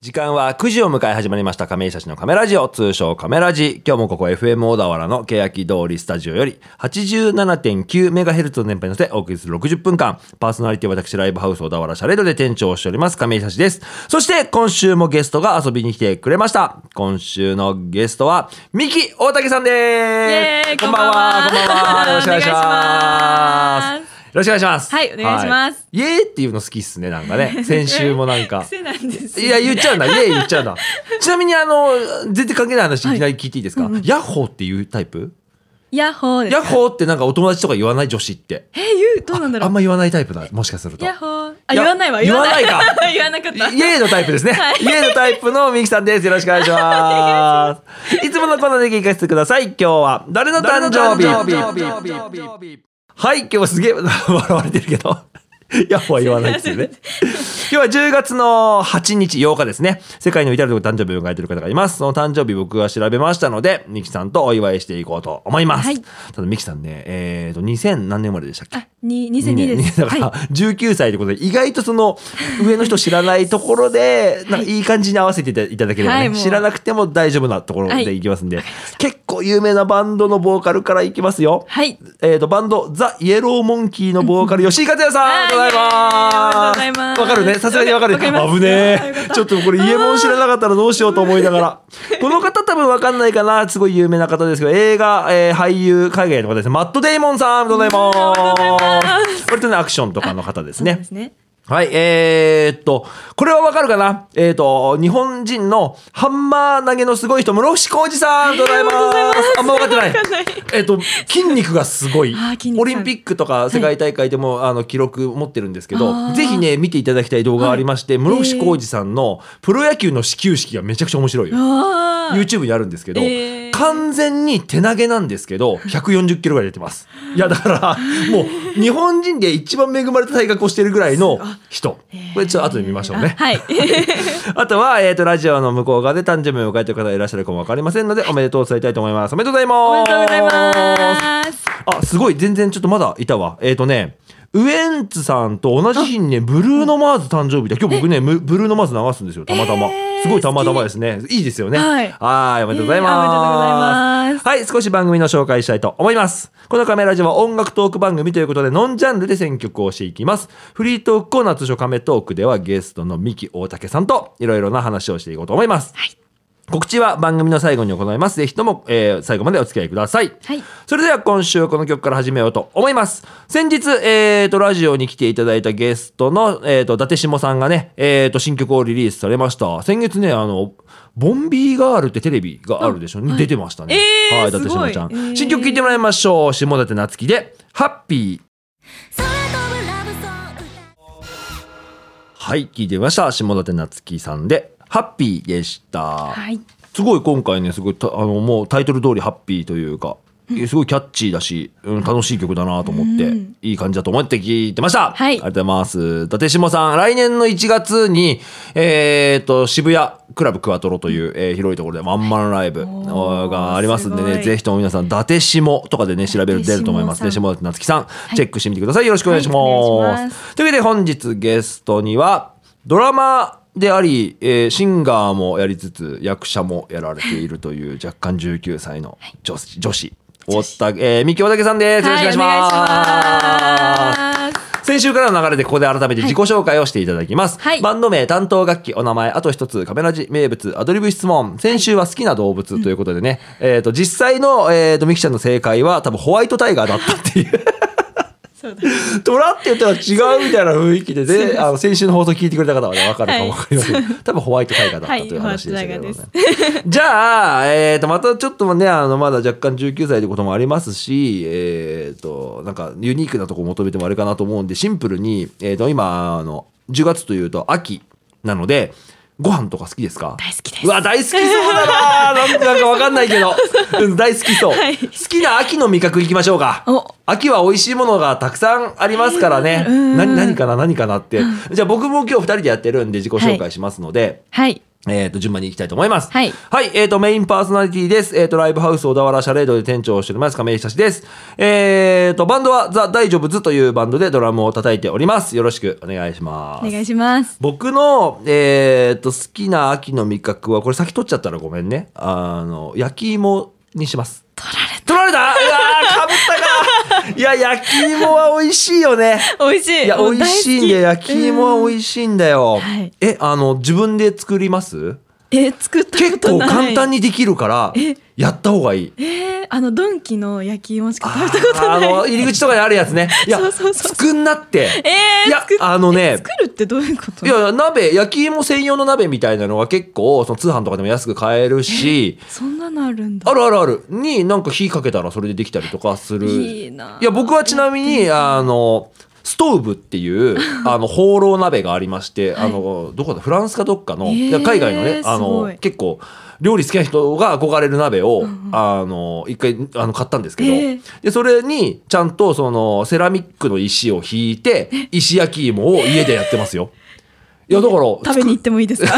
時間は9時を迎え始まりました亀井久志のカメラジオ通称カメラジ今日もここ FM 小田原の欅通りスタジオより 87.9MHz の電波に乗せお送りする60分間パーソナリティは私ライブハウス小田原シャレードで店長をしております亀井久志ですそして今週もゲストが遊びに来てくれました今週のゲストは三木大竹さんでイエーイすこんばんはこんばんこんばんはよろはしくお願いしますお願いしますよろしくお願いしますはいお願いしますはいイエーイっていうの好きっすねなんかね先週もなん か癖なんですいや、言っちゃうんだ。いえ、言っちゃ うんだ。ちなみに、あの、全然関係ない話、いきなり聞いていいですか、ヤッホーっていうタイプヤッホーですヤッホーってなんかお友達とか言わない女子って。え言うどうなんだろあんうま言わないタイプだ。もしかすると。イヤッホーあいや言わないわ 言わないか言わなかったエーのタイプですね。イエーのタイプのミキさんです。 よろしくお願いします。いつものコーナーで聞かせてください。今日は、誰の誕生日はい、今日はすげえ 笑われてるけど。 ヤッホーは言わないですよね。今日は10月の8日、8日ですね。世界の至るところで誕生日を迎えている方がいます。その誕生日僕が調べましたので、ミキさんとお祝いしていこうと思います。はいただミキさんね、えっ、と、2000何年生まれでしたっけあに2002ですだからは19歳ってことで、意外とその上の人知らないところで、なんかいい感じに合わせていただければね、はいもう知らなくても大丈夫なところでいきますんで、結構有名なバンドのボーカルからいきますよ。はいえー、とバンドザ・イエローモンキーのボーカル吉井和也さんありがとうございますはいわかるねさすがにわかるわかります危ねわかりえますちょっとこれイエモン知らなかったらどうしようと思いながら この方多分わかんないかなすごい有名な方ですけど映画、えー俳優海外の方ですねマット・デイモンさんありがとうございます割とねアクションとかの方ですそうねですねはい、えー、っと、これはわかるかなえー、っと、日本人のハンマー投げのすごい人、室伏浩二さん、ありがとうございます。あんま分かってない。えー、っと、筋肉がすごいあー筋肉さんオリンピックとか世界大会でも、あの記録持ってるんですけあど、ーぜひね、見ていただきたい動画がありまして、ー室伏浩二さんのプロ野球の始球式がめちゃくちゃ面白いよ。あー YouTube にあるんですけど、えー完全に手投げなんですけど140キロぐらい出てますいやだ からもう日本人で一番恵まれた体格をしてるぐらいの人これちょっと後で見ましょうね、 はいあとは、えー、とラジオの向こう側で誕生日を迎えている方がいらっしゃるかも分かりませんのでおめでとうを伝えたいと思いますおめでとうございおまめですとうございますあすごい全然ちょっとまだいたわえっ、とねウエンツさんと同じ日にねブルーノ・マーズ誕生日だ今日僕ねむブルーノ・マーズ流すんですよたまたま、えーすごいたまたまですねいいですよねはいーいおめでとうございます、えーおめでとうございますはい少し番組の紹介したいと思いますこのカメラジは音楽トーク番組ということでノンジャンルで選曲をしていきますフリートークコーナー通称カメトークではゲストの三木大竹さんといろいろな話をしていこうと思います、告知は番組の最後に行いますぜひとも、えー最後までお付き合いくださいはいそれでは今週はこの曲から始めようと思います。先日、えー、と、ラジオに来ていただいたゲストの、えー、と、伊達下さんがね、えー、と、新曲をリリースされました。先月ね、あの、ボンビーガールってテレビがあるでしょ、出てましたね。えーはい、伊す達ご下いちゃん、えー新曲聴いてもらいましょう。下館夏樹で、ハッピー。はい、聴いてみました。下館夏樹さんで、ハッピーでした。はいすごい今回ねすごいたあのもうタイトル通りハッピーというか、すごいキャッチーだし、うん、楽しい曲だなと思って、うんいい感じだと思って聞いてました、はいありがとうございます伊達下さん来年の1月にえっと渋谷クラブクワトロという、えー広いところでワンマンライブおーがありますんですごねいぜひとも皆さん伊達下とかでね調べると出ると思いますね伊達下下さん館夏樹さん、いチェックしてみてくださいよろしくお願いします,、はいお願いしまというわけで本日ゲストにはドラマであり、えーシンガーもやりつつ役者もやられていると いう若干19歳の女子、女子大田えー、三木大竹さんです。よろしくお願いします。はいお願いします先週からの流れでここで改めて自己紹介をしていただきます、はいバンド名担当楽器お名前あと一つカメラジ名物アドリブ質問先週は好きな動物ということでね、えー、と実際の、えー、とミキちゃんの正解は多分ホワイトタイガーだったっていうそうだトラって言ったら違うみたいな雰囲気でね、あの先週の放送聞いてくれた方はね、わかるかもわかりません。多分ホワイトタイガーだったという話でしたけどね。はいホワイ じゃあ、えっ、と、またちょっとね、あの、まだ若干19歳ということもありますし、えっ、と、なんかユニークなとこ求めてもあれかなと思うんで、シンプルに、えっ、と、今、あの、10月というと秋なので、ご飯とか好きですか大好きですうわ、大好きそうだななんなんかわかんないけ ど、うん大好きそう。はい好きな秋の味覚いきましょうか。お秋は美味しいものがたくさんありますからね。うん何何かな何かなって。じゃあ僕も今日2人でやってるんで自己紹介しますので、はいえっ、と、順番に行きたいと思います。はいえっ、と、メインパーソナリティです。えっ、と、ライブハウス小田原シャレードで店長をしております、亀井久志です。えっ、と、バンドはザ・大丈夫ズというバンドでドラムを叩いております。よろしくお願いします。お願いします。僕の、えっ、と、好きな秋の味覚は、これ先取っちゃったらごめんね。あの、焼き芋にします。取られ取られたうわー、かぶったかいや、焼き芋は美味しいよね。た。美味しい。いや、もう美味しいんだよ。大好焼きき芋は美味しいんだよ。はいえ、あの、自分で作りますうんえ、作ったこ結と構ない。簡単に。にできるからえ、やった方がいい。えー、あの、ドンキの焼き芋しかあ食べたことない。ーあの、入り口とかにあるやつね。いや、そうそうそう作んなって。えー、いや作っあのねえ作るってどういうこといやいや、鍋、焼き芋専用の鍋みたいなのは結構、その通販とかでも安く買えるし、そんなのあるんだ。あるあるある。に、なんか火かけたらそれでできたりとかする。いいなあや、僕はちなみに、あの、ストーブって いう、あの、放浪鍋がありまして、はいあの、どこだ、フランスかどっかの、えーいや海外のね、あすごのい、結構、料理好きな人が憧れる鍋を、あの、一回、あの、買ったんですけど、えーで、それに、ちゃんと、その、セラミックの石を引いて、石焼き芋を家でやってますよ。いや、だから、 食べに行ってもいいですか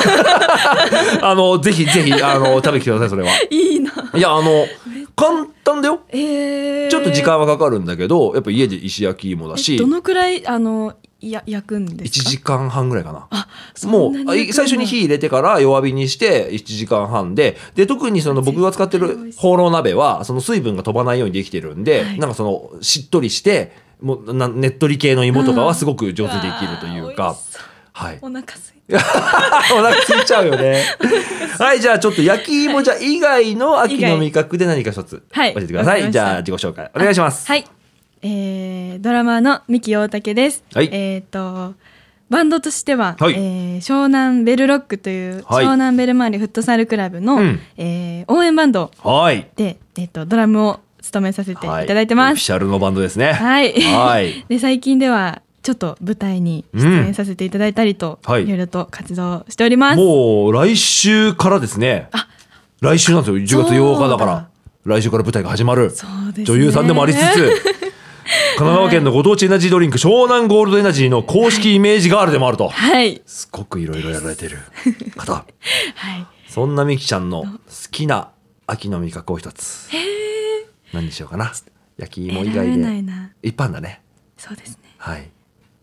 あの、ぜひぜひ、あの、食べてください、それは。いいな。いや、あの、簡単だよ。えー、ちょっと時間はかかるんだけど、やっぱ家で石焼き芋だえしど、のくらい、あの、や焼くんで1すか時間半ぐらいかな。あ、そんなもにう、焼くんあだ最初に火入れてから弱火にして1時間半で、で、特にその僕が使って絶対美る味しい放浪鍋は、その水分が飛ばないようにできてるんで、はいなんかその、しっとりして、もうなねっとり系の芋とかはすごく上手にできるというわか、あ美味しそうはい。 お腹すいた。お腹ついちゃうよ ね。はい、じゃあちょっと焼き芋じゃ以外の秋の味覚で何か一つ教はえいてくださわかりい。ましたじゃあ自己紹介お願いします。はい。えー、ドラマーの三木大竹です。はいえっ、と、バンドとしては、はいえー湘南ベルロックという、はい湘南ベルマーレフットサルクラブの、うんえー応援バンドはい。で、えっ、と、ドラムを務めさせていただいてまオフィす。シャルのバンドですね。はい。 はい。で、最近では、ちょっと舞台に出演させていただいたりと、うんはいいろいろと活動しております。もう来週からですね。あ来週なんですよ。10月8日だかそらうだ。来週から舞台が始まる。そうですね女優さんでもありつ つ、神奈川県のご当地エナジードリンク、湘南ゴールドエナジーの公式イメージガールでもあると。はい。すごくいろいろやられてる方。はい。そんなみきちゃんの好きな秋の味覚を一つ。何にしようかな。焼き芋以外選べないで。な。一般だね。そうですね。はい。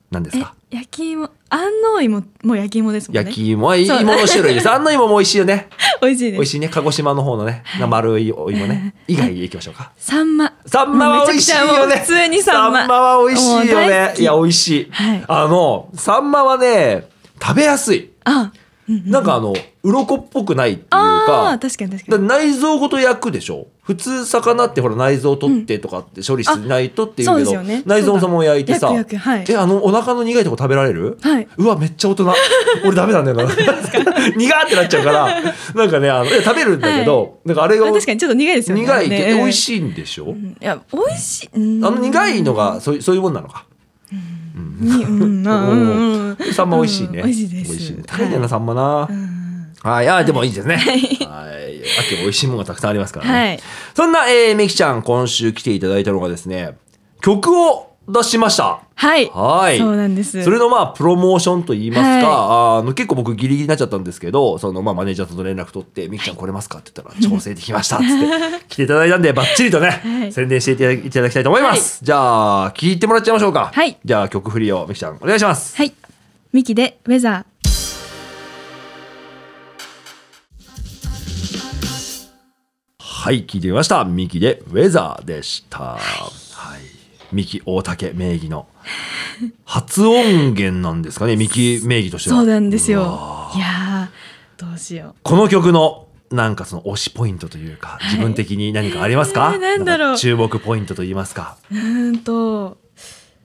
何ですえか焼き芋安納芋もう焼き芋ですもんね焼き芋は芋そうの種類です。あんな芋も美味しいよね。美味しいです美味しいね鹿児島の方のね、な丸いお芋 ね以外行きましょうかサンマサンマは美味しいよねめちゃくちゃもう普通にサンマは美味しいよもう大ね好きいや美味しい、はいあのサンマはね食べやすいあうんうんなんかあの鱗っぽくないっていうあかー確かに確かだに内臓ごと焼くでしょ普通魚ってほら内臓取ってとかって処理しないとっていうけど、あそうですよね内臓のそのまま焼いてさそうだ焼く焼くえあのお腹の苦いとこ食べられる、はいうわめっちゃ大人俺ダメなんだよ な苦ってなっちゃうからなんかねあのえ食べるんだけど、なんかあれがあ確かにちょっと苦いですよね苦いけど、ね美味しいんでしょ、うんいや美味しいうんあの苦いのがそういうそういうもんなのかにうんなうんうんう んサンマ美味しいね、うん美味しいで美す味ね高いんだよなサンマな、うんはい、あーでもいいですね。はい。秋も美味しいものがたくさんありますからね。はいそんな、えー、みきちゃん、今週来ていただいたのがですね、曲を出しました。はいはい。そうなんですそれのまあ、プロモーションと言いますか、はあの、結構僕ギリギリになっちゃったんですけど、そのまあ、マネージャーさんと連絡取って、みきちゃん来れますかって言ったら、調整できましたっつっ て、来ていただいたんで、バッチリとね、はい宣伝していただいただきたいと思います。じゃあ、聞いてもらっちゃいましょうか。はいじゃあ、曲振りをみきちゃん、お願いします。はいミキでウェザーはい、聞いてみました。ミキでウェザーでした。はい。ミキ大竹名義の初音源なんですかね、ミキ名義としては。そうなんですうよわいやーどうしよこの曲のなんかその推しポイントというか、自分的に何かありますか、えーなんだろうか注目ポイントと言いますか。ううーんと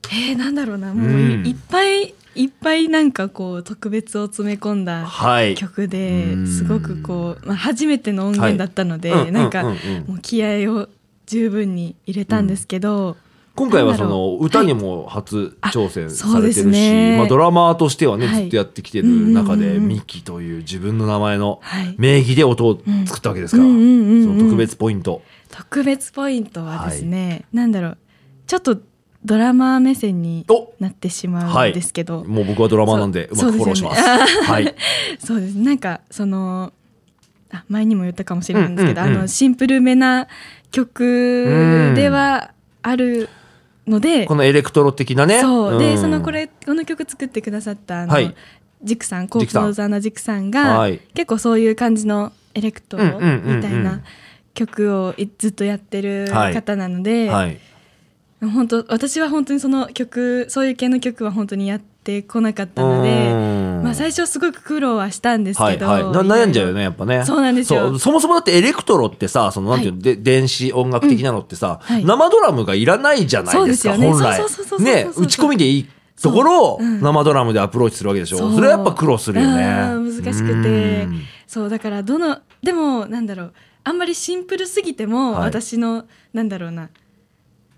えー、なんだろうなもううんいいっぱいいっぱいなんかこう特別を詰め込んだはい。曲うんですごくこう、まあ、初めての音源だったので、はいうんなんかうんうんうんもう気合を十分に入れたんですけど、今回はなんそだろの歌にも初挑戦されあてそうるでし、すねまあ、ドラマーとしてはね、はずいっとやってきてる中うんうんで、うんうんミキという自分の名前のはい名義で音を作ったわけですから、うんうんうんうんうんその特別ポイント。特別ポイントはですね、なんだろうちょっとドラマー目線におなってしまはういんですけど、もう僕はドラマーなんでうまそくうフォローします。そうですよねはい。そうですなんかそのあ前にも言ったかもしれないんですけど、うんうんうんあのシンプルめな曲ではあるので、このエレクトロ的なね。そうで、んそのこ。れこの曲作ってくださったあの、はいジクさんコジークプさんローザーのジクさんが、はい。結構そういう感じのエレクトロうんうんうんうんみたいな曲をいずっとやってるはい方なので、はい。本当私は本当にその曲そういう系の曲は本当にやってこなかったのうで、んまあ、最初はすごく苦労はしたんですはけいど、はい、な悩んじゃうよねやっぱねそうなんですよそうそもそもだってエレクトロってさそのなんていうの、で電子音楽的なのってさ、うんはい生ドラムがいらないじゃないですかそうですよね本来そうそうそうそうそうね打ち込みでいいところをそううん生ドラムでアプローチするわけでしょそそうれはやっぱ苦労するよねうん難しくてうんそうだからどのでもなんだろうあんまりシンプルすぎても、はい私のなんだろうな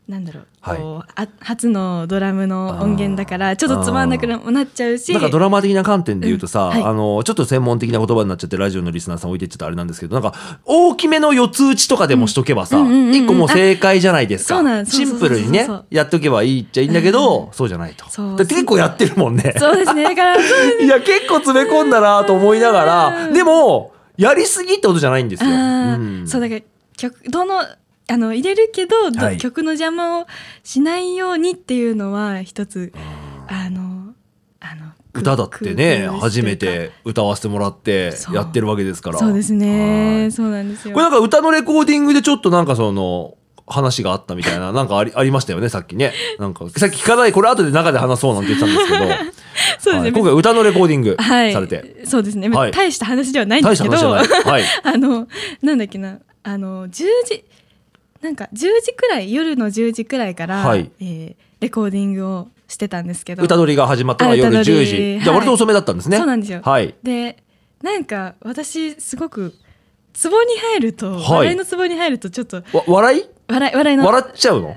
なんだろう、はいこうあ初のドラムの音源だからちょっとつまんなくななっちゃうしなんかドラマ的な観点で言うとさ、うんはいあのちょっと専門的な言葉になっちゃってラジオのリスナーさん置いてっちゃったあれなんですけどなんか大きめの四つ打ちとかでもしとけばさ、うんうんうんうん一個もう正解じゃないですかあそうなんそうシそうそンうプルにそねうそうそうやっとけばいいっちゃいいんだけど、そうじゃないとそうだって結構やってるもんねそうですねだからそ ういや結構詰め込んだなと思いながらうんでもやりすぎってことじゃないんですよ、あうーんそうだから曲どのあの入れるけど、どはい曲の邪魔をしないようにっていうのは一つあのあの歌だってね工夫初めというて歌わせてもらってそうやってるわけですかからそうですはねいそうなんですよこれなんか歌のレコーディングでちょっとなんかその話があったみたい な、なんかありありましたよね、さっきね。なんか、さっき聞かない、これ後で中で話そうなんて言ってたんですけど、そうですはねい今回歌のレコーディングはい、されて、そうですね、まあはい大した話ではないんで大しすたけど話じゃない。はい。 あのなんだっけなあの10時なんか10時くらい夜の10時くらいから、はいえーレコーディングをしてたんですけど歌取りが始まったのが夜あ10歌取り時。はいじゃあ割と遅めだったんですね。そうなんですよはい。でなんか私すごくツボに入ると、はい笑いのツボに入るとちょっとわ笑い笑い笑いの笑っちゃうのはい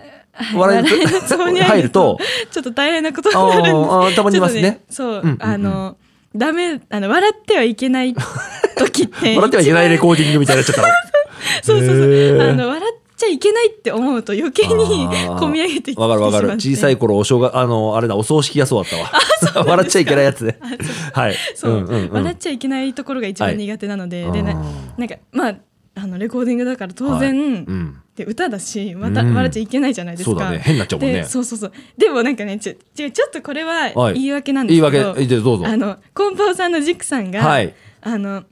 笑笑いいのツボに入入るるととちょっと大変なことになるんですあーあーたまにいますねちょっうんとそう、うんうんあのダメあの笑ってはいけない時っ て笑ってはいけないレーコーディングみたいになっちゃったの。 そうそうへそうーあの笑っちゃいけないって思うと余計にあーこみ上げてきてしまわっかてるわかる。小さい頃、お正月、あの、あれだ、お葬式がそうだったわ。笑っちゃいけないやつね。はい。そう、んんん笑っちゃいけないところが一はい番苦手なので、でなあなんかまああのレコーディングだから当然、はいうんで歌だしまたうん笑っちゃいけないじゃないですか、そうだね変になっちゃうもんねでそうそうそうでもなんかねちょちょちょっとこれははい言い訳なんで言いすけど、訳、でどうぞ。あのコンポーさんのジックさんが、はいあの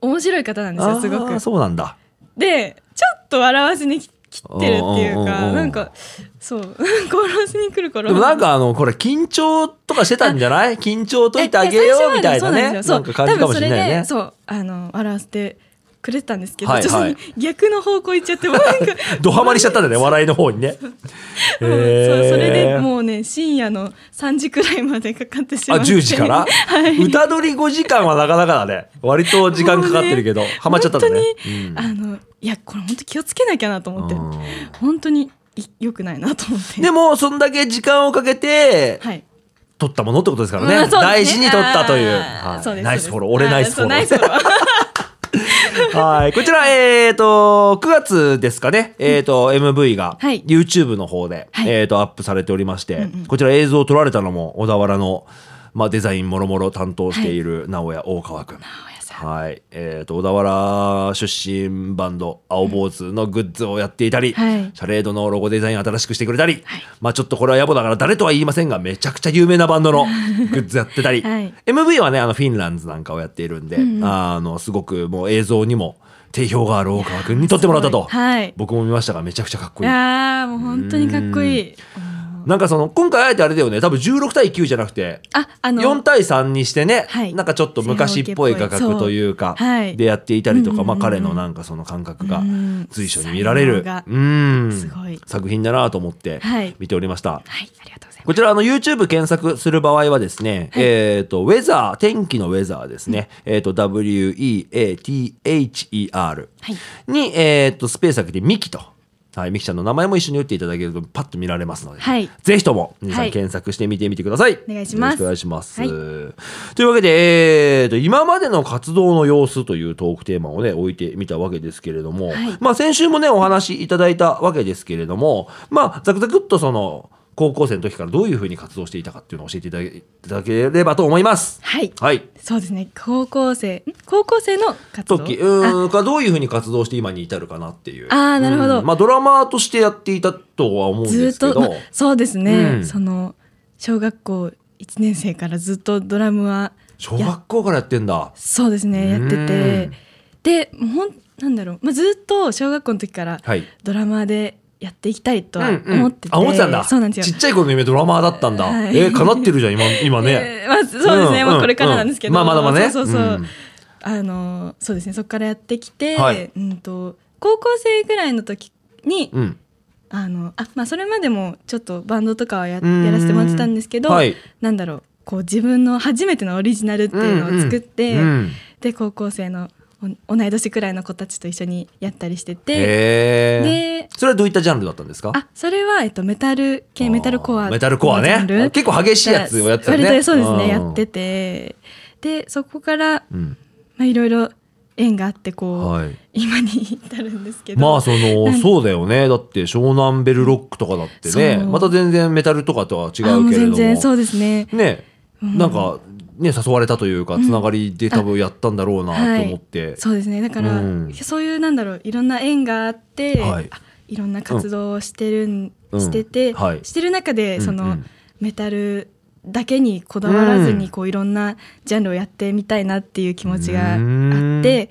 面白い方なんですあよすごーくそうなんだ。でちょっと笑わせにき来てるっていうおうおうおうかおうなんかそう 笑わせに来るからでもなんかあの、これ緊張とかしてたんじゃない緊張解いてあげえよう最初はみたいなね。そなうんんでかすよ感じかもしれないよ多ね分。それでそうあの笑わせてくれてたんですけど、はいちょっとはい逆の方向行っちゃってもうなんかドハマりしちゃったんだね、笑いの方にね。うんそうそれでもうね深夜の3時くらいまでかかってしあ、まって10時から、 歌取り5時間はなかなかだね。割と時間かかってるけど、ハマっちゃったんだね。本当に、あのいやこれ本当気をつけなきゃなと思って、うん本当に良くないなと思ってでも、そんだけ時間をかけて、はい撮ったものってことですからね。まあそうですね大事に撮ったという。あーはいそうですナイスフォロー。そうで俺すナイスフォロあー。そうナ イスフォローはい。こちら、えっ、と、9月ですかね。えっ、と、MV が、はい YouTube の方で、はいえっ、と、アップされておりまして、こちら映像を撮られたのも、小田原の、まあ、デザインもろもろ担当している、直屋大川くん。おやさんはい。えっ、と、小田原出身バンド、青坊主のグッズをやっていたり、はいシャレードのロゴデザインを新しくしてくれたり、まあ、ちょっとこれは野暮だから誰とは言いませんが、めちゃくちゃ有名なバンド のグッズやってたり、はい MV はね、あの、フィンランズなんかをやっているんで、あの、すごくもう映像にも定評がある大川くんに撮ってもらったと、はい僕も見ましたが、めちゃくちゃかっこいいい。やーもう本当にかっこいいなんかその、今回あえてあれだよね、多分16対9じゃなくて、ああの4対3にしてね、はいなんかちょっと昔っぽい画角というか、そうはいでやっていたりとか、うんまうあん彼のなんかその感覚がうん随所に見られる才能が、うん、すごい作品だなと思ってはい見ておりました。はいありがとうございますこちら、あの、YouTube 検索する場合はですね、えっ、と、ウェザー、天気のウェザーですね、えっ、と、W-E-A-T-H-E-R はいに、えっ、と、スペース開けて、ミキと、はい、ミキちゃんの名前も一緒に打っていただけると、パッと見られますので、はいぜひとも、皆さはんい検索してみてみてください。お願いしますよろくお願いします。はいというわけで、えっ、と、今までの活動の様子というトークテーマをね、置いてみたわけですけれども、はいまあ、先週もねお話しいただいたわけですけれどもまあザクザクっとその高校生の時からどういうふうに活動していたかっていうのを教えていただけいただければと思います。はいはい。そうですね高校生ん高校生の活動時、うーん、かどういうふうに活動して今に至るかなっていう。あーなるほどうんまあドラマーとしてやっていたとは思うんずでーっすけと、ど。まあそうですね、うんその小学校1年生からずっとドラムは小学校からやってんだ。そうですねやってうんてでもうほんなんだろう、まあ、ずっと小学校の時からはい。ドラマーでやっていきたいとはうんうん思ってて、あ、思ってたんだ。そうなんですちっよ。ちゃい頃の夢ドラマーだったんだ。はいえー、叶ってるじゃん、今、今ね。 えーまあ、そうですね、うんまうあ、んこれからなんですけうど、んまあまだまだねそうそうそううんあのーそうですねそこからやってきて、はいうん、と高校生ぐらいの時に、うん。あのあまあ、それまでもちょっとバンドとかはやうんやらせてもらってたんですけど、はいなんだろうこう自分の初めてのオリジナルっていうのを作って、うんうんで高校生のお同い年くらいの子たちと一緒にやったりしてて、へえ。でそれはどういったジャンルだったんですかあそれは、えっと、メタルあ系ーメタルコアメタルコアのジャンねル結構激しいやつをやってたよね割とそうですねうんやっててでそこからうんまあいろいろ縁があってこう、はい今に至るんですけどまあそのなんかそうだよねだって湘南ベルロックとかだってねそうまた全然メタルとかとは違あもううけれど全も然そうですねね、うんなんかね誘われたというかつながりで多分やったんだろうなと思って、そうですねだから、うんそういうなんだろういろんな縁があって、はいあいろんな活動をしてるん、うんしてて、はいしてる中でその、うんうんメタルだけにこだわらうずんにこういろんなジャンルをやってみたいなっていう気持ちがあって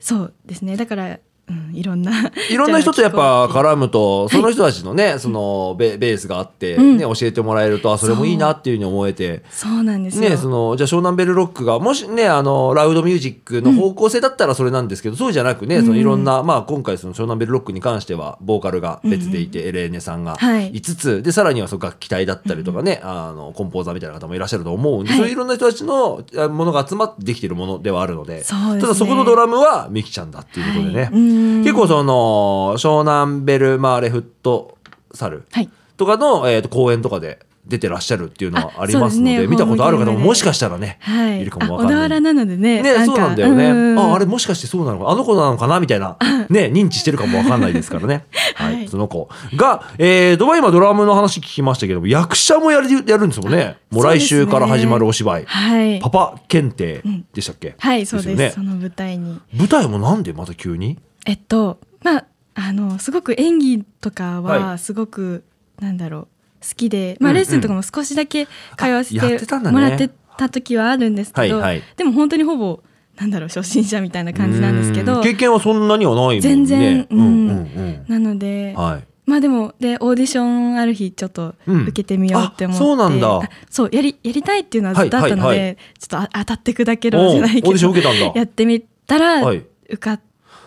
そうですねだから、うん、いろんな いろんな人とやっぱジャンルを聞こう絡むとその人たちのね、そのベベースがあって、うんね教えてもらえるとあそれもいいなっていうふうに思えてていうそうなんですよ、ね、そのじゃあ湘南ベルロックがもしねあのラウドミュージックの方向性だったらそれなんですけど、そうじゃなくねそのいろんな、まあ、今回その湘南ベルロックに関してはボーカルが別でいて、エレーネさんがはい5つ、でさらにはその楽器隊だったりとかね、あのコンポーザーみたいな方もいらっしゃると思うんで、はいそういういろんな人たちのあものが集まってできているものではあるのでそうですねただそこのドラムはミキちゃんだっていうことでね、はいうん結構その湘南ベルマーレフットサルはいとかの、えー、と公演とかで出てらっしゃるっていうのはあありますのでそうですね見たことある方ホーもムゲームでもしかしたらね、はい、いるかもあわかん小田ない。原なのでねね、そうなんだよね。あ、あれれもしかしてそうなのか、あの子なのかなみたいな、ね、認知してるかもわかんないですからね。は、はいいその子が、えー、とまあ今ドラムの話聞きましたけども、役者もやる、やるんですもんね。もうそう来ですね週から始まるお芝居、はいパパ検定でしたっけ。はいそうですよねその舞台に舞台もなんでまた急に。えっとまああのすごく演技とかははすごく、なんだろう好きで、まあ、うんうんレッスンとかも少しだけ通わせあやっててたんだねもらってた時はあるんですけど、はいはいでも本当にほぼなんだろう初心者みたいな感じなんですけうどん経験はそんなにはないもんね。全然うん、うん、ううんん。なので、はい。まあでもでオーディションある日ちょっとうん受けてみようって思って、あそうなんだあそうやりやりたいっていうのはずっとあったので、はいはいはちょっとあ当たって砕けおろうじゃないけどオーディション受けたんだやってみたら、はい受かっ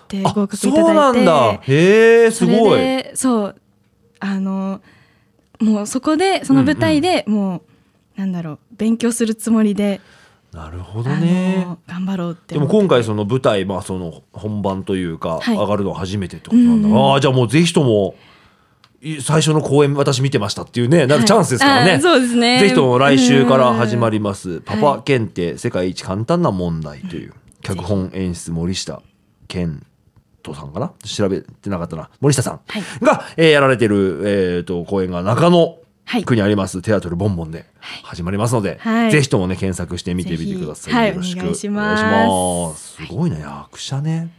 てあ合格いただいてそうなんだ。へえ、すそごい。れでそうあのもうそこでその舞台でもう、なんだろう勉強するつもりで、なるほどあね。の頑張ろうってでも思って今回その舞台、まあ、その本番というか、はい上がるのは初めてってことなんだ、うんうんああじゃあもうぜひともい最初の公演私見てましたっていうねなんかチャンスですからね,、はいあーそうですねぜひとも来週から始まります「パはパい検定世界一簡単な問題」という、脚本演出森下健人さんかな調べてなかったな森下さんはいが、えーやられてる、えー、と公演が中野はい区にありますテアトルボンボンで始まりますので、はいぜひともね検索してみてみてください。はいよろしくお願いしますお願いしますすごいね、役者ね。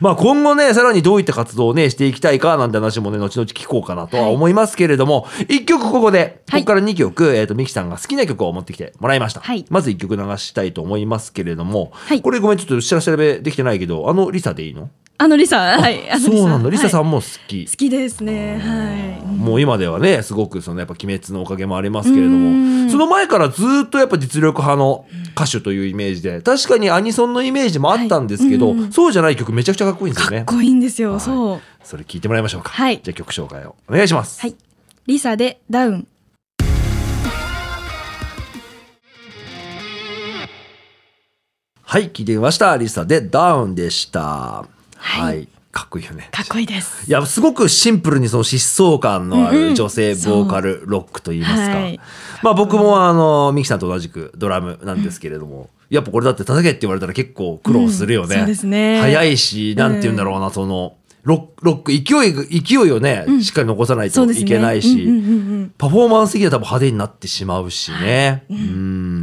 まあ今後ね、さらにどういった活動をね、していきたいかなんて話もね、後々聞こうかなとは思いますけれども、一1曲ここで、こはいこから2曲、えっ、と、ミキさんが好きな曲を持ってきてもらいました。はいまず1曲流したいと思いますけれども、はいこれごめん、ちょっと調べできてないけど、あのリサでいいのあのリサはいあのそうなんだ、リサさはいんも好き。好きですねはいうんもう今ではねすごくそのやっぱ「鬼滅」のおかげもありますけれどうもんその前からずっとやっぱ実力派の歌手というイメージで確かにアニソンのイメージもあったんですけど、はいうんそうじゃない曲めちゃくちゃかっこいいんですよかねっ。こいいんですよ、はいそうそれ聞いてもらいましょうか、はいじゃあ曲紹介をお願いします。はいリサでダウンはい、聞いてみましたリサで「ダウン」でした。はい、かっこいいよね。かっこいいですいやすごくシンプルにその疾走感のあうんうるん女性ボーカルロックといいますか、はいまあ、僕もあのミキさんと同じくドラムなんですけれども、やっぱこれだって叩けって言われたら結構苦労するよね,、うんそうですね早いしなんて言うんだろうな、そのロッロック勢いが勢いをね、うんしっかり残さないそとうですいねけないし、うんうんうんパフォーマンス的には多分派手になってしまうしね、うんう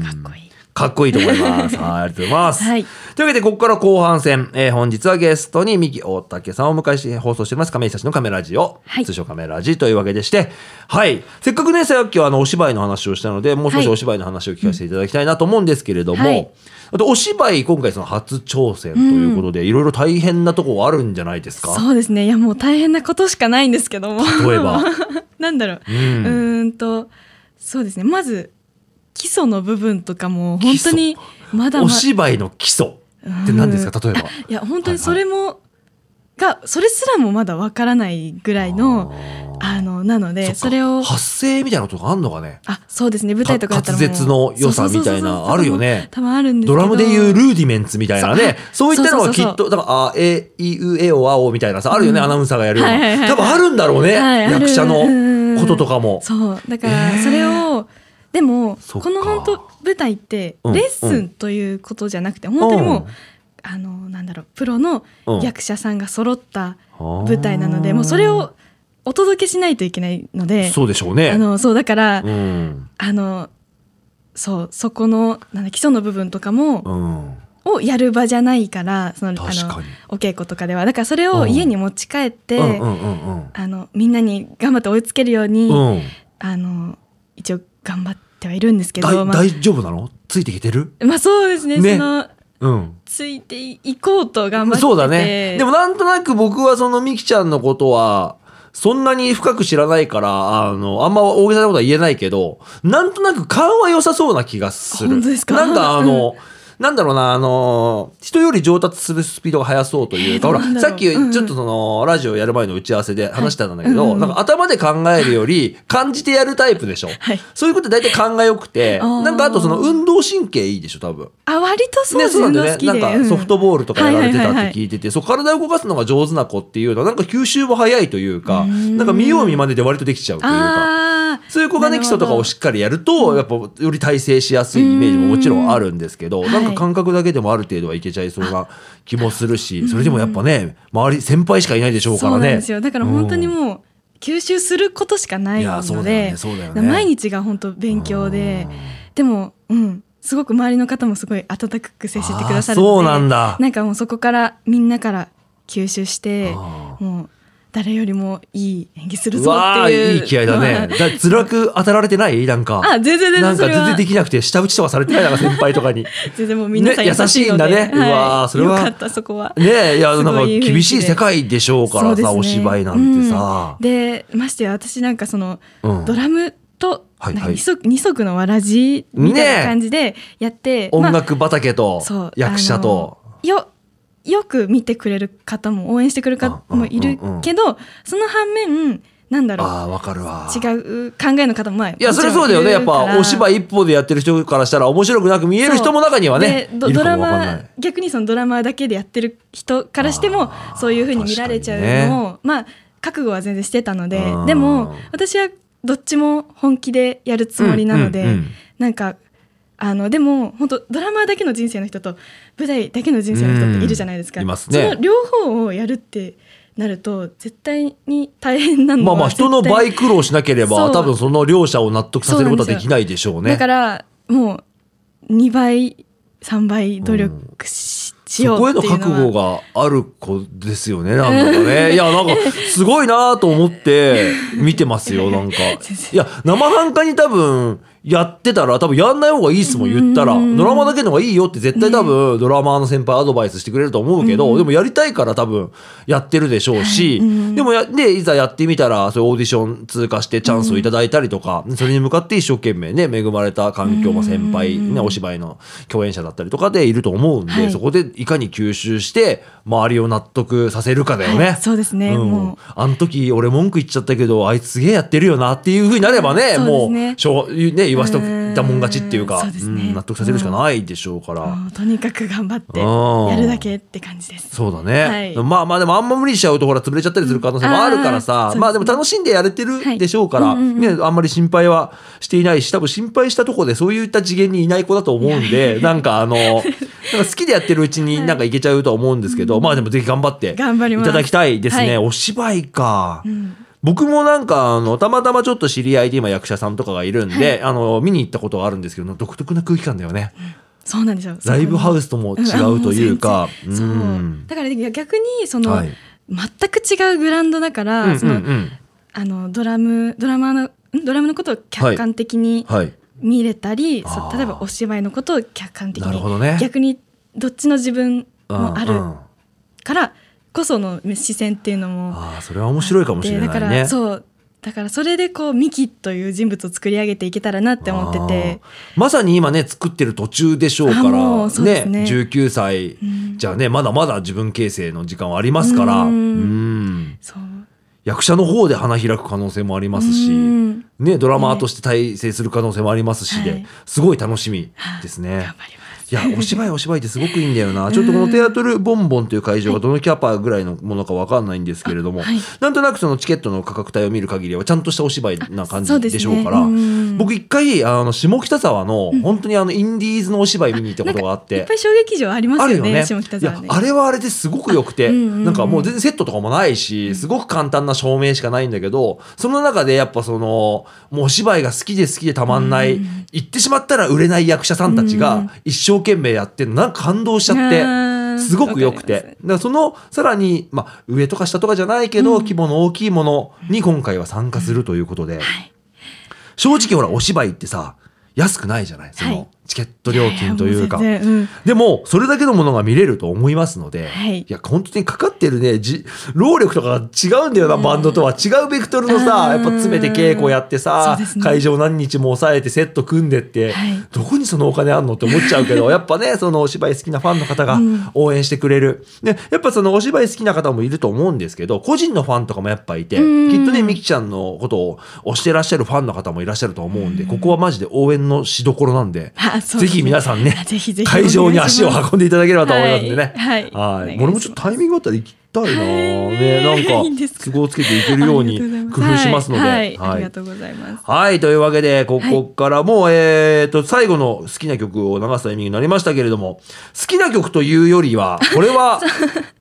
ん、かっこいいかっこいいと思い ます。はい、ありがとうございます。はいというわけで、ここから後半戦、えー本日はゲストに三木大竹さんをお迎えして放送しております、亀井久志のカメラジオ、はい通称カメラジというわけでして、はい、せっかくね、さっきはあのお芝居の話をしたので、もう少しはいお芝居の話を聞かせていただきたいなと思うんですけれども、はいあとお芝居、今回その初挑戦ということで、いろいろ大変なとこはあるんじゃないですか。そうですねいやもう大変なことしかないんですけども例 えばなんだろうううーんとそうですねまず基礎の部分とかも本当にまだおま芝居の基礎って何ですか、うん例えば。 いや本当にそれも、がそれすらもまだわからないぐらいのあのなのっでかそれを発声みたいなことがあんのかね。あそうですね舞台とかだったらもう滑舌の良さみたいなそうそうそうそうあるよね多分あるんですけドどラムでいうルーディメンツみたいなね。そういったのがきっと、だから、あ、え、いう、えお、あおみたいなさ、あるよね、うんアナウンサーがやるようはいはいはな。い多分あるんだろうね、はいある役者のこととかも。そうだからえーそれを、でもそっかこの本当舞台ってうんレッスンということじゃなくて、本当にもう、うんあのなんだろうプロのうん役者さんが揃った舞台なので、もうそれをお届けしないといけないのあー。でそうでしょうね。あのそうだから、うん。あのそうそこのなんだ基礎の部分とかも、うん。をやる場じゃないからそのあ確かのにお稽古とかではだからそれうをん家に持ち帰って、うんうんうんあのみんなに頑張って追いつけるように、うん。うん。あの一応頑張ってはいるんですけだど、いまあ、大丈夫なのついてきてるまあそうですねねそのうん。ついていこうと頑張っててそうだね。でもなんとなく僕はそのミキちゃんのことは、そんなに深く知らないから、あの、あんま大げさなことは言えないけど、なんとなく勘は良さそうな気がする。本当ですかなんかあの、なんだろうな、あの、人より上達するスピードが速そうというか、えーほどうなんら、ださろうっきちうんうょんっとその、ラジオやる前の打ち合わせで話してたんだけはいど、うんなんか頭で考えるより、感じてやるタイプでしょ。はいそういうこと大体考えよくて、あーなんかあとその運動神経いいでしょ、多分。あ割とそうね、ですそうなんだ運動よ好ね。きなんでかうんソフトボールとかやられてたっはいはいはいはてい聞いてて、そう体を動かすのが上手な子っていうのはなんか吸収も早いというか、んなんか見よう見まねで割とできちゃうというか。あーそういう子がね、基礎とかをしっかりやると、やっぱより体制しやすいイメージももちろんあるんですけど、うんなんか感覚だけでもある程度はいけちゃいそうな気もするし、それでもやっぱね、周り、先輩しかいないでしょうかそうらなんね。ですよだから本当にもう吸収することしかないいやのそうだよねでそうだよねだから毎日が本当勉強ででもうんすごく周りの方もすごい温かく接してくださるのであーそうなんだかもうそこからみんなから吸収してあもう誰よりもいい演技すうるんぞうわっあていういい気合だね。だから辛く当たられてないなんか。 あ全然全然なんかそれ全は然できなくて、下打ちとかされてないなんか先輩とか に。全然もう皆さんね優しいので、優しいんだねはいうわーそれはよかったそこはねえ、いや、すなんごかいいい雰囲気で厳しい世界でしょうからさ、そうおですね芝居なんてさうん。でましてや私なんかその、うんドラムとはいなんはかい二足,、二足のわらじみたいねえな感じでやって、音まあ楽畑とそう、役者と。あのよよく見てくれる方も応援してくれる方もいるけど、その反面なんだろうああ、わかるわ。違う考えの方もまあいや、それはそうだよね。やっぱ、お芝居居一方でやってる人からしたら面白くなく見える人も中にはね、いドるドかラもわかんなマい。逆にそのドラマーだけでやってる人からしてもあーそういうふうに見られちゃうのも、まあ覚悟は全然してたのでうんでも私はどっちも本気でやるつもりなので、うんうんうんなんかあのでも本当ドラマーだけの人生の人と舞台だけの人生の人っているじゃないですか、うんいますねその両方をやるってなると絶対に大変なのまあはまあ、人の絶対倍苦労しなければ、そう多分その両者を納得させることはできないでしょうね。だからもう2倍3倍努力し,、よそうこへってのいうのは覚悟がある子ですよね、なんだかね。いや、なんか、すごいなと思って見てますよ、なんか。いや、生半可に多分、やってたら、多分やんない方がいいっすもん、言ったら。うんドラマだけの方がいいよって絶対多分、ドラマーの先輩アドバイスしてくれると思うけど、でもやりたいから多分、やってるでしょうし、うんでもや、で、いざやってみたら、そういうオーディション通過してチャンスをいただいたりとか、それに向かって一生懸命ね、恵まれた環境も先輩、ね、お芝居の共演者だったりとかでいると思うんで、はいそこここでいかに吸収して周りを納得させるかだよね。はいそうですねんもうあの時俺文句言っちゃったけどあいつすげえやってるよなっていうふうになればねそうですねもうしょうね言わせとくうんったもん勝ちっていうか、そうですねん納得させるしかないでしょうから。もうとにかく頑張ってうんやるだけって感じです。そうだね、はいまあまあでもあんま無理しちゃうとほら潰れちゃったりする可能性もあるからさ、あーまあでも楽しんでやれてるでしょうから、はいうんうんね、うあんまり心配はしていないし多分心配したとこでそういった次元にいない子だと思うんでなんかあ のなんか好きでやってるうちになんかいけちゃうとは思うんですけど、まあでもぜひ頑張っていた頑張りますだきたいですね、はいお芝居か。うん僕もなんかあのたまたまちょっと知り合いで今役者さんとかがいるんで、あの見に行ったことがあるんですけど独特な空気感だよね、そうなんですよ。ライブハウスとも違うという か、んそううんだから逆にその、はい全く違うグラウンドだから、うんうんそのあのドラムドラマーのんドラムのことを客観的にうんはい見れたり、そうあー例えばお芝居のことを客観的なるほどに、ね逆にどっちの自分もあうるんうんからこその視線っていうのもああそれは面白いかもしれないねでだからそうだからそれでこうミキという人物を作り上げていけたらなって思っててあーまさに今ね作ってる途中でしょうかあもらうそうですね19歳んじゃあねまだまだ自分形成の時間はありますからうんうんそう役者の方で花開く可能性もありますしうんねドラマーとして体制する可能性もありますしはでいすごい楽しみですね頑。張りますいやお芝居お芝居ってすごくいいんだよなちょっとこのテアトルボンボンという会場がどのキャパぐらいのものかわかんないんですけれども、あはいなんとなくそのチケットの価格帯を見る限りはちゃんとしたお芝居な感そうじですでねしょうからうん僕一回あの下北沢の本当にあのインディーズのお芝居見に行ったことがあっいてっぱ。い小劇場ありまあするよよねね下北いや沢ねあれはあれですごく良くて、あうんうんうんなんかもう全然セットとかもないしすごく簡単な照明しかないんだけどその中でやっぱそのもうお芝居が好きで好きでたまんない、言ってしまったら売れない役者さんたちうんうが一生懸命やってるのなんか感動しちゃって。うんすごく良くてわだかかりらそのさらに、まあ、上とか下とかじゃないけど、規模の大きいものに今回は参加するということで、はい正直ほらお芝居ってさ安くないじゃないそはのいチケット料金というか。ややもう全然うんでも、それだけのものが見れると思いますので、はいや、本当にかかってるね、じ労力とかが違うんだよな、バンドとは。違うベクトルのさ、あーやっぱ詰めて稽古やってさ、そうですね会場何日も抑えてセット組んでって、はいどこにそのお金あんのって思っちゃうけ ど、やっぱね、そのお芝居好きなファンの方がうん応援してくれる。で、やっぱそのお芝居好きな方もいると思うんですけど、個人のファンとかもやっぱいて、きっうんとね、みきちゃんのことを推してらっしゃるファンの方もいらっしゃると思うんで、ここはマジで応援のしどころなんで、あそうぜですねひ皆さんねあ ぜひぜ、ひ会場に足をお願いします運んでいただければと思いますんでね。はいはいお願いします俺もちょっとタイミングあったら行きたいな、ね、なはいんかいいんですか都合をつけていけあるりがよとううにご工ざい夫しますので。はいはいはいありがとうございますはい。というわけで、こはいこからも、えーと、最後の好きな曲を流すタイミングになりましたけれども、好きな曲というより は、これは、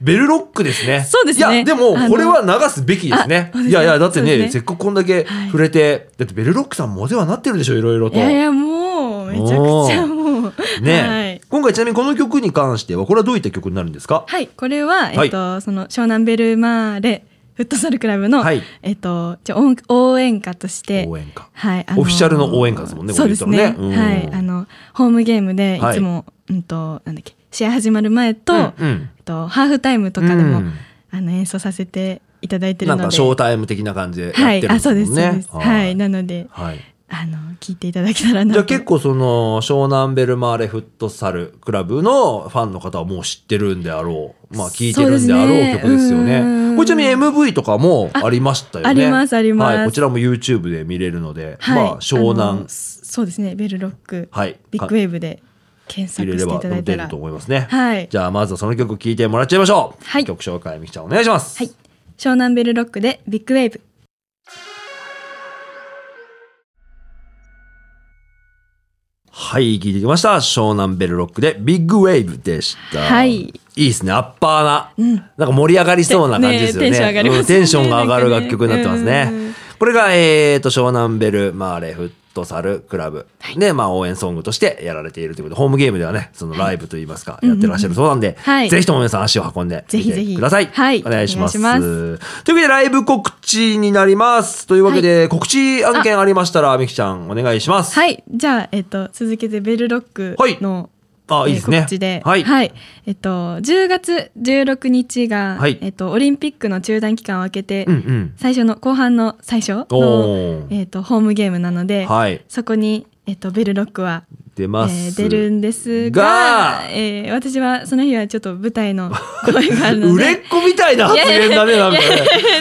ベルロックですね。そうですねいや、でも、あのこれは流すべきですね。あそうですねいやいや、だってそうねですねせっかくこんだけ触れて、だってベルロックさんもお世話になってるでしょ、いろいろと。いやいやもうめちゃくちゃもうね、今回ちなみにこの曲に関しては、これはどういった曲になるんですかはい、はい、これは、はいえっとその湘南ベルマーレフットサルクラブの、はいえっとちょ応応援歌として応援歌。はい、オフィシャルの応援歌ですもんねそうですね。これ言ったらはねい、うんあのホームゲームではいいつも、うんとなんだっけ試合始まる前と、うんうんえっとハーフタイムとかでも、うんあの演奏させていただいてるなのんで、かショータイム的な感じでやってはるんい、であ、すそうでもすんそうねです。。はい、はいなのではい。あの聞いていただけたらなじと。ゃあ結構その湘南ベルマーレフットサルクラブのファンの方はもう知ってるんであろうまあ聞いてるんであそうろうですね曲ですようね。んこれちなみに MV とかもありましたよね。あありますありますはい、こちらも YouTube で見れるので、はい、まあ湘あ南のそうですね、ベルロック、はいビッグウェーブで検入れ索ればしていただいた出ら、ると思いますね。はいじゃあまずはその曲聴いてもらっちゃいましょう。はい曲紹介みきちゃんお願いします。はい、湘南ベルロックでビッグウェーブ。はい、聞いてきました。湘南ベルロックでビッグウェーブでした。はいいいですね。アッパーな。うんなんか盛り上がりそうな感じですよね。ねテンション上がりますねうんテンションが上がる楽曲になってますなねんかねうん。これが、えーと、湘南ベルマーレフットサルクラブで、まあ応援ソングとしてやられているということで、ホームゲームではね、そのライブといいますか、やってらっしゃるそうなんで、はいぜひとも皆さん足を運んでぜひぜひみてください。はいお願いします。お願いしというわけで、ライブ告知になります。というわけで、告知案件ありましたら、みきちゃんお願いします。はい、じゃあ、えっと、続けてベルロックの、あえーいいですね告知で、はいえっと、10月16日が、はいえっと、オリンピックの中断期間を空けて、うんうん。最初の後半の最初おの、ーえっと、ホームゲームなので、はいそこに、えっと、ベルロックは出ます、えー出るんですががえー私はその日はちょっと舞台の声があるので 売れっ子みたいな発言だねなんかね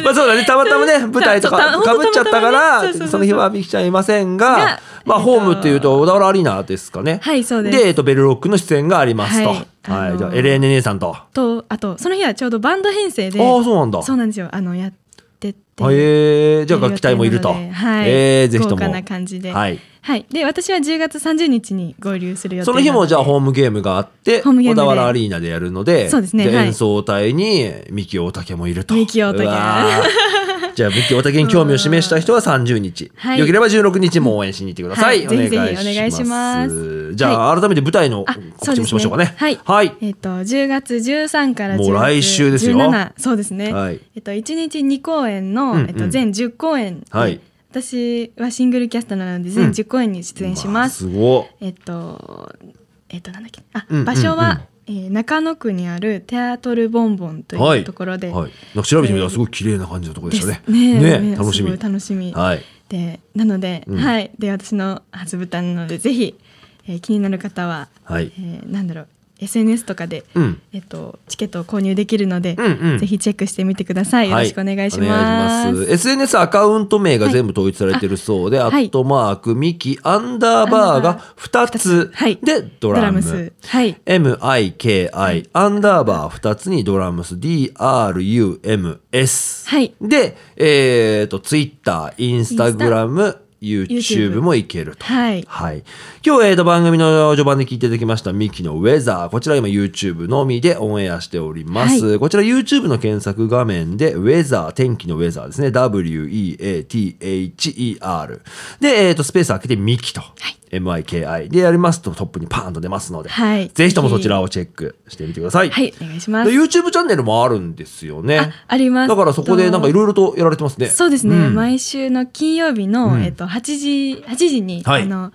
まあそうだねたまたまね舞台とかそうたかぶっちゃったかほんとたまたまねそうそうそらうその日はみきちゃんいませんががまあえっとホームっていうと小田原アリーナですかねはいそうですえっとベルロックの出演がありますとははいいあのーじゃあエレーネ姉さんとあとあとその日はちょうどバンド編成であーそうなんだそうなんですよあのやっててへえじゃあ楽器隊もいるとや予定なのではいえーぜひと豪も華な感じでは、はいいで私は10月30日に合流する予定その日もじゃあホんームゲームがあってホームゲー小ムで田原アリーナでやるのでそうですねはい演奏隊に三木大竹もいると三木大竹うわーじゃあ三木大竹に興味を示した人は30日、はいよければ16日も応援しに行ってください、はいぜひぜひお願いしますお願いしますじゃあ改めて舞台のあ告知もしましょうかねそうですねはい、えっ、と10月13から10月もう来週ですよ17そうですね、はいえっと1日2公演の、うんうんえっと、全10公演で、はい私はシングルキャストなので全うん10公演に出演します、うわすごえっとえっとなんだっけあ、うんうんうん場所は、えー中野区にあるテアトルボンボンといはいいうところで、はい、なんか調べてみたえらーすごい綺麗な感じのところででしすたねねねね楽しみすごい楽しみ、はいでなので、うんはいで私の初舞台なのでぜひ、えー気になる方は、はいえーなんだろう SNS とかで、うんえっとチケットを購入できるので、うんうんぜひチェックしてみてください。よろしくお願いします。お願いしま SNS アカウント名が全部統一されてるそうで、アはいあットマークミキアンダーバーが2つはいでドラムスはい。 MIKI アンダーバー2つにドラムス DRUMS、はいでえっ、ー、と Twitter インスタグラム YouTube YouTube もいけると。はい。はい。今日、えーと、番組の序盤で聞いていただきました、ミキのウェザー。こちら今 YouTube のみでオンエアしております。こちら YouTube の検索画面で、ウェザー、天気のウェザーですね。W-E-A-T-H-E-R。で、えっ、と、スペース開けてミキと。MIKI でやりますとトップにパーンと出ますので、はいぜひともそちらをチェッックしてみてください。はい。お願いしまで、す。 YouTube チャンネルもあるんですよねあ。ありますだからそこでなんかいろいろとやられてますね。そうですね。ん毎週の金曜日の、えっと8時8時に、はいあの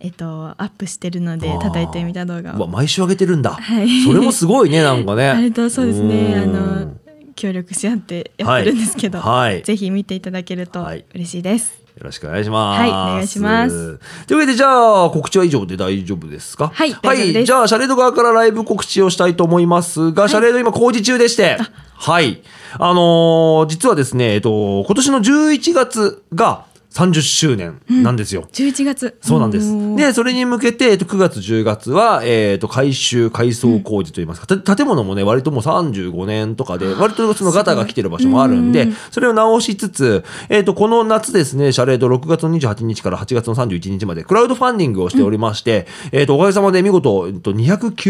えっとアップしてるのであー叩いてみた動画うわを。毎週上げてるんだ、はいそれもすごいねなんかねあれとそうですね。あうんの協力し合ってやってるんですけど、はいはいぜひ見ていただけるとはい嬉しいです。よろしくお願いします。はいお願いします。というわけで、じゃあ、告知は以上で大丈夫ですかはいは大丈夫ですい。じゃあ、シャレード側からライブ告知をしたいと思いますが、シャレード今工事中でして、はい。あのー実はですね、えっと、今年の11月が30周年なんですよ。 11月。そうなんですお。ーで、それに向けて、えっと、9月、10月は、えっと、改修、改装工事といいますか、た建物もね、割ともう35年とかで、割とそのガタが来てる場所もあるんで、それを直しつつ、えっと、この夏ですね、シャレード6月の28日から8月の31日まで、クラウドファンディングをしておりまして、えっと、おかげさまで見事、えっと、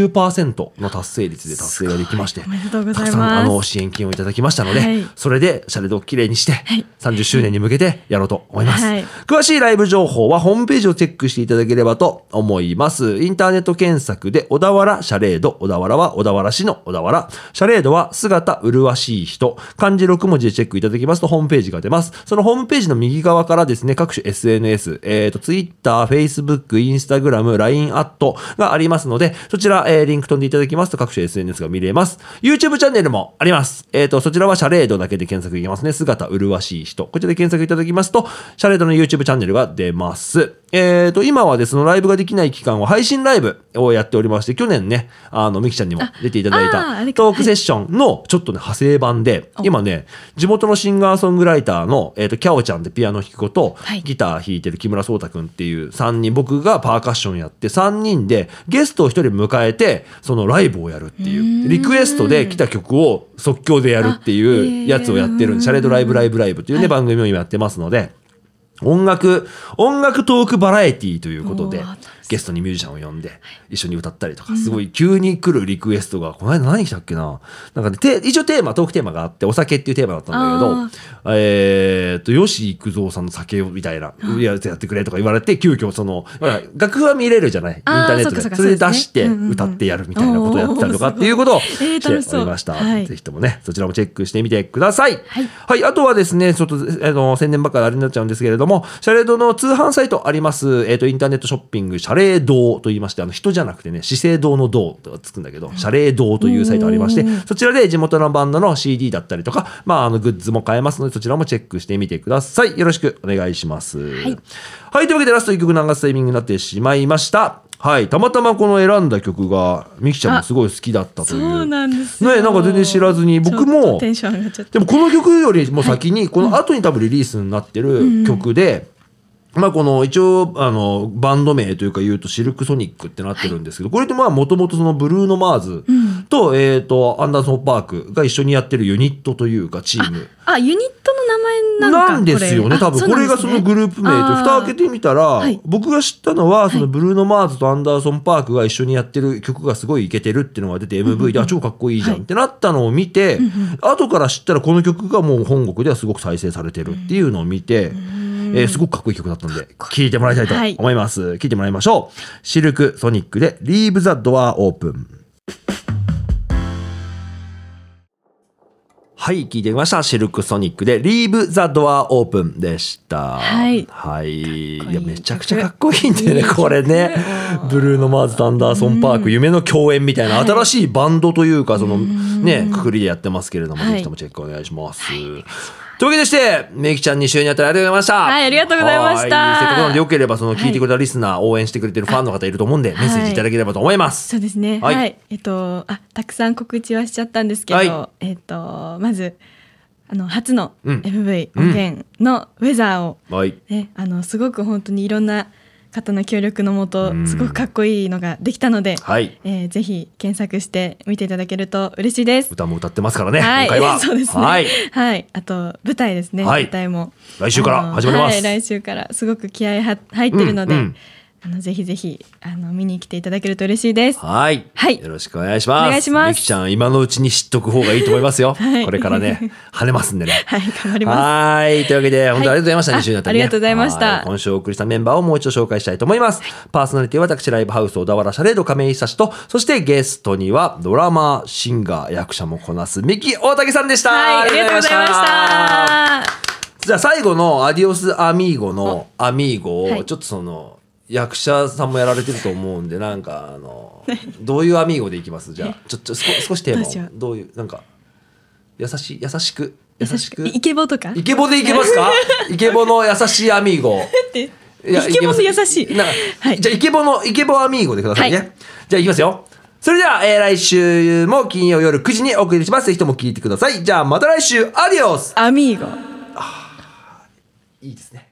209%の達成率で達成ができまして、おめでとうございたますくさん、あの、支援金をいただきましたので、はいそれで、シャレードをきれいにして、30周年に向けてやろうと思います。はい詳しいライブ情報はホームページをチェックしていただければと思います。インターネット検索で、小田原シャレード、小田原は小田原市の小田原、シャレードは姿麗しい人、漢字6文字でチェックいただきますとホームページが出ます。そのホームページの右側からですね、各種 SNS、えーと、Twitter、Facebook、Instagram、LINE アットがありますので、そちら、えーリンク飛んでいただきますと各種 SNS が見れます。YouTube チャンネルもあります。えっ、と、そちらはシャレードだけで検索できますね。姿麗しい人。こちらで検索いただきますと、シャレードの YouTube チャンネルが出ます。えっ、と、今はですね、そのライブができない期間は配信ライブをやっておりまして、去年ね、あの、ミキちゃんにも出ていただいああーあれたかトークセッションのちょっとね、派生版で、今ね、地元のシンガーソングライターの、えっ、と、キャオちゃんってピアノ弾く子と、はいギター弾いてる木村壮太くんっていう3人、僕がパーカッションやって、3人でゲストを1人迎えて、そのライブをやるっていう、リクエストで来た曲を即興でやるっていうやつをやってるんで、あへーシャレードライブライブライブというね、はい番組を今やってますので、音楽、音楽トークバラエティーということおでー楽し、ゲストにミュージシャンを呼んで、一緒に歌ったりとか、すごい急に来るリクエストが、この間何来たっけななんかね、て一応テーマ、トークテーマがあって、お酒っていうテーマだったんだけど、えーっと、吉幾三さんの酒をみたいな、やつやってくれとか言われて、急遽その、ほら楽譜は見れるじゃないインタあーーネッそっかそっトで。かそれでそう出ですねして、うんうんうん歌ってやるみたいなことをやってたりとかっていうことをおーすご いえしーて楽しそうおりました。はいぜひともね、そちらもチェックしてみてください。はいはい、あとはですね、ちょっと、あの、宣伝ばっかりあれになっちゃうんですけれども、シャレードの通販サイトあります、えっ、と、インターネットショッピング、シャレードと言いまして、あの、人じゃなくてね、資生堂の堂とつくんだけど、シャレードというサイトありましてお、そちらで地元のバンドの CD だったりとか、まあ、あの、グッズも買えますので、そちらもチェックしてみてください。よろしくお願いします。はいはい、というわけでラスト1曲流すタイミングになってしまいました。はい、たまたまこの選んだ曲がみきちゃんもすごい好きだったとそいううなんですよねなんか全然知らずに僕もちょっとテンション上がっちゃってでもこの曲よりも先に、この後に多分リリースになってる曲で、まあこの一応あのバンド名というか言うとシルクソニックってなってるんですけど、これってまあもともとそのブルーノ・マーズと、えっ、と、アンダーソン・パークが一緒にやってるユニットというかチーム。あユニットの名前なのかなんですよねこれ多分これがそのグループ名で蓋を開けてみたら、い僕が知ったのはそはのいブルーノ・マーズとアンダーソン・パークが一緒にやってる曲がすごいイケてるっていうのが出て MV であ超かっこいいじゃんってなったのを見て後から知ったらこの曲がもう本国ではすごく再生されてるっていうのを見てえーすごくかっこいい曲だったので聴いてもらいたいと思います聴いてもらいましょうシルク・ソニックで「Leave the Door Open」はい、聞いてみました。シルクソニックで Leave the Door Open でした。はいはい。いかっこいいや、めちゃくちゃかっこいいんだよね、これね。ブルーノ・マーズとアンダーソン・パーク、夢の共演みたいな、新しいバンドというか、その、ね、くくりでやってますけれども、はいぜひともチェックお願いします。というわけでして、めきちゃん2週にあたりありがとうございました。はいありがとうございましたはいせっかくなので、よければ、その、聞いてくれたリスナー、応援してくれてるファンの方いると思うんで、メはいッセージいただければと思います。そうですね。ははいい、えっと、あ、たくさん告知はしちゃったんですけど、はえっと、まず。あの初のうん MV 音源のウェザーを、はい。ね、あのすごく本当にいろんな方の協力のもとうん、すごくかっこいいのができたので。はい。えーぜひ検索して見ていただけると嬉しいです。歌も歌ってますからね、はい今回は。 そうですね。はい。はいあと舞台ですね。はい舞台も来週からあの始まりますはい、来週からすごく気合は入ってるので、うんうんあのぜひぜひあの見に来ていただけると嬉しいです。はい。はいよろしくお願いします。お願いしますみきちゃん、今のうちに知っとく方がいいと思いますよ。 はいこれからね、跳ねますんでね。はい、頑張ります。はーい。というわけで、本当にありがとうございました。はい2週にわたあありがとうございましたは今週お送りしたメンバーをもう一度紹介したいと思います。パーソナリティは私、ライブハウス小田原シャレード亀井久志と、そしてゲストにはドラマー、シンガー、役者もこなす、ミキ大竹さんでした。はい、ありがとうござあいまし。りがとうございましたじゃあ最後の「アディオス・アミーゴ」の「アミーゴ」はをいちょっとその役者さんもやられてると思うんでなんかあ のどういう「アミーゴ」でいきますじゃあちょっと少少しテーマどうしようをどういうなんか優しい優しく優優しくイケボとか。イケボでいけますかイケボの優しいアミー ゴってイいやケボといけま優すしい。なんかはいじゃあイケボのイケボアミーゴでくださいね、はいじゃあいきますよそれでは、えー来週も金曜夜9時にお送りしますぜひとも聞いてくださいじゃあまた来週アディオスアミーゴ。いいですね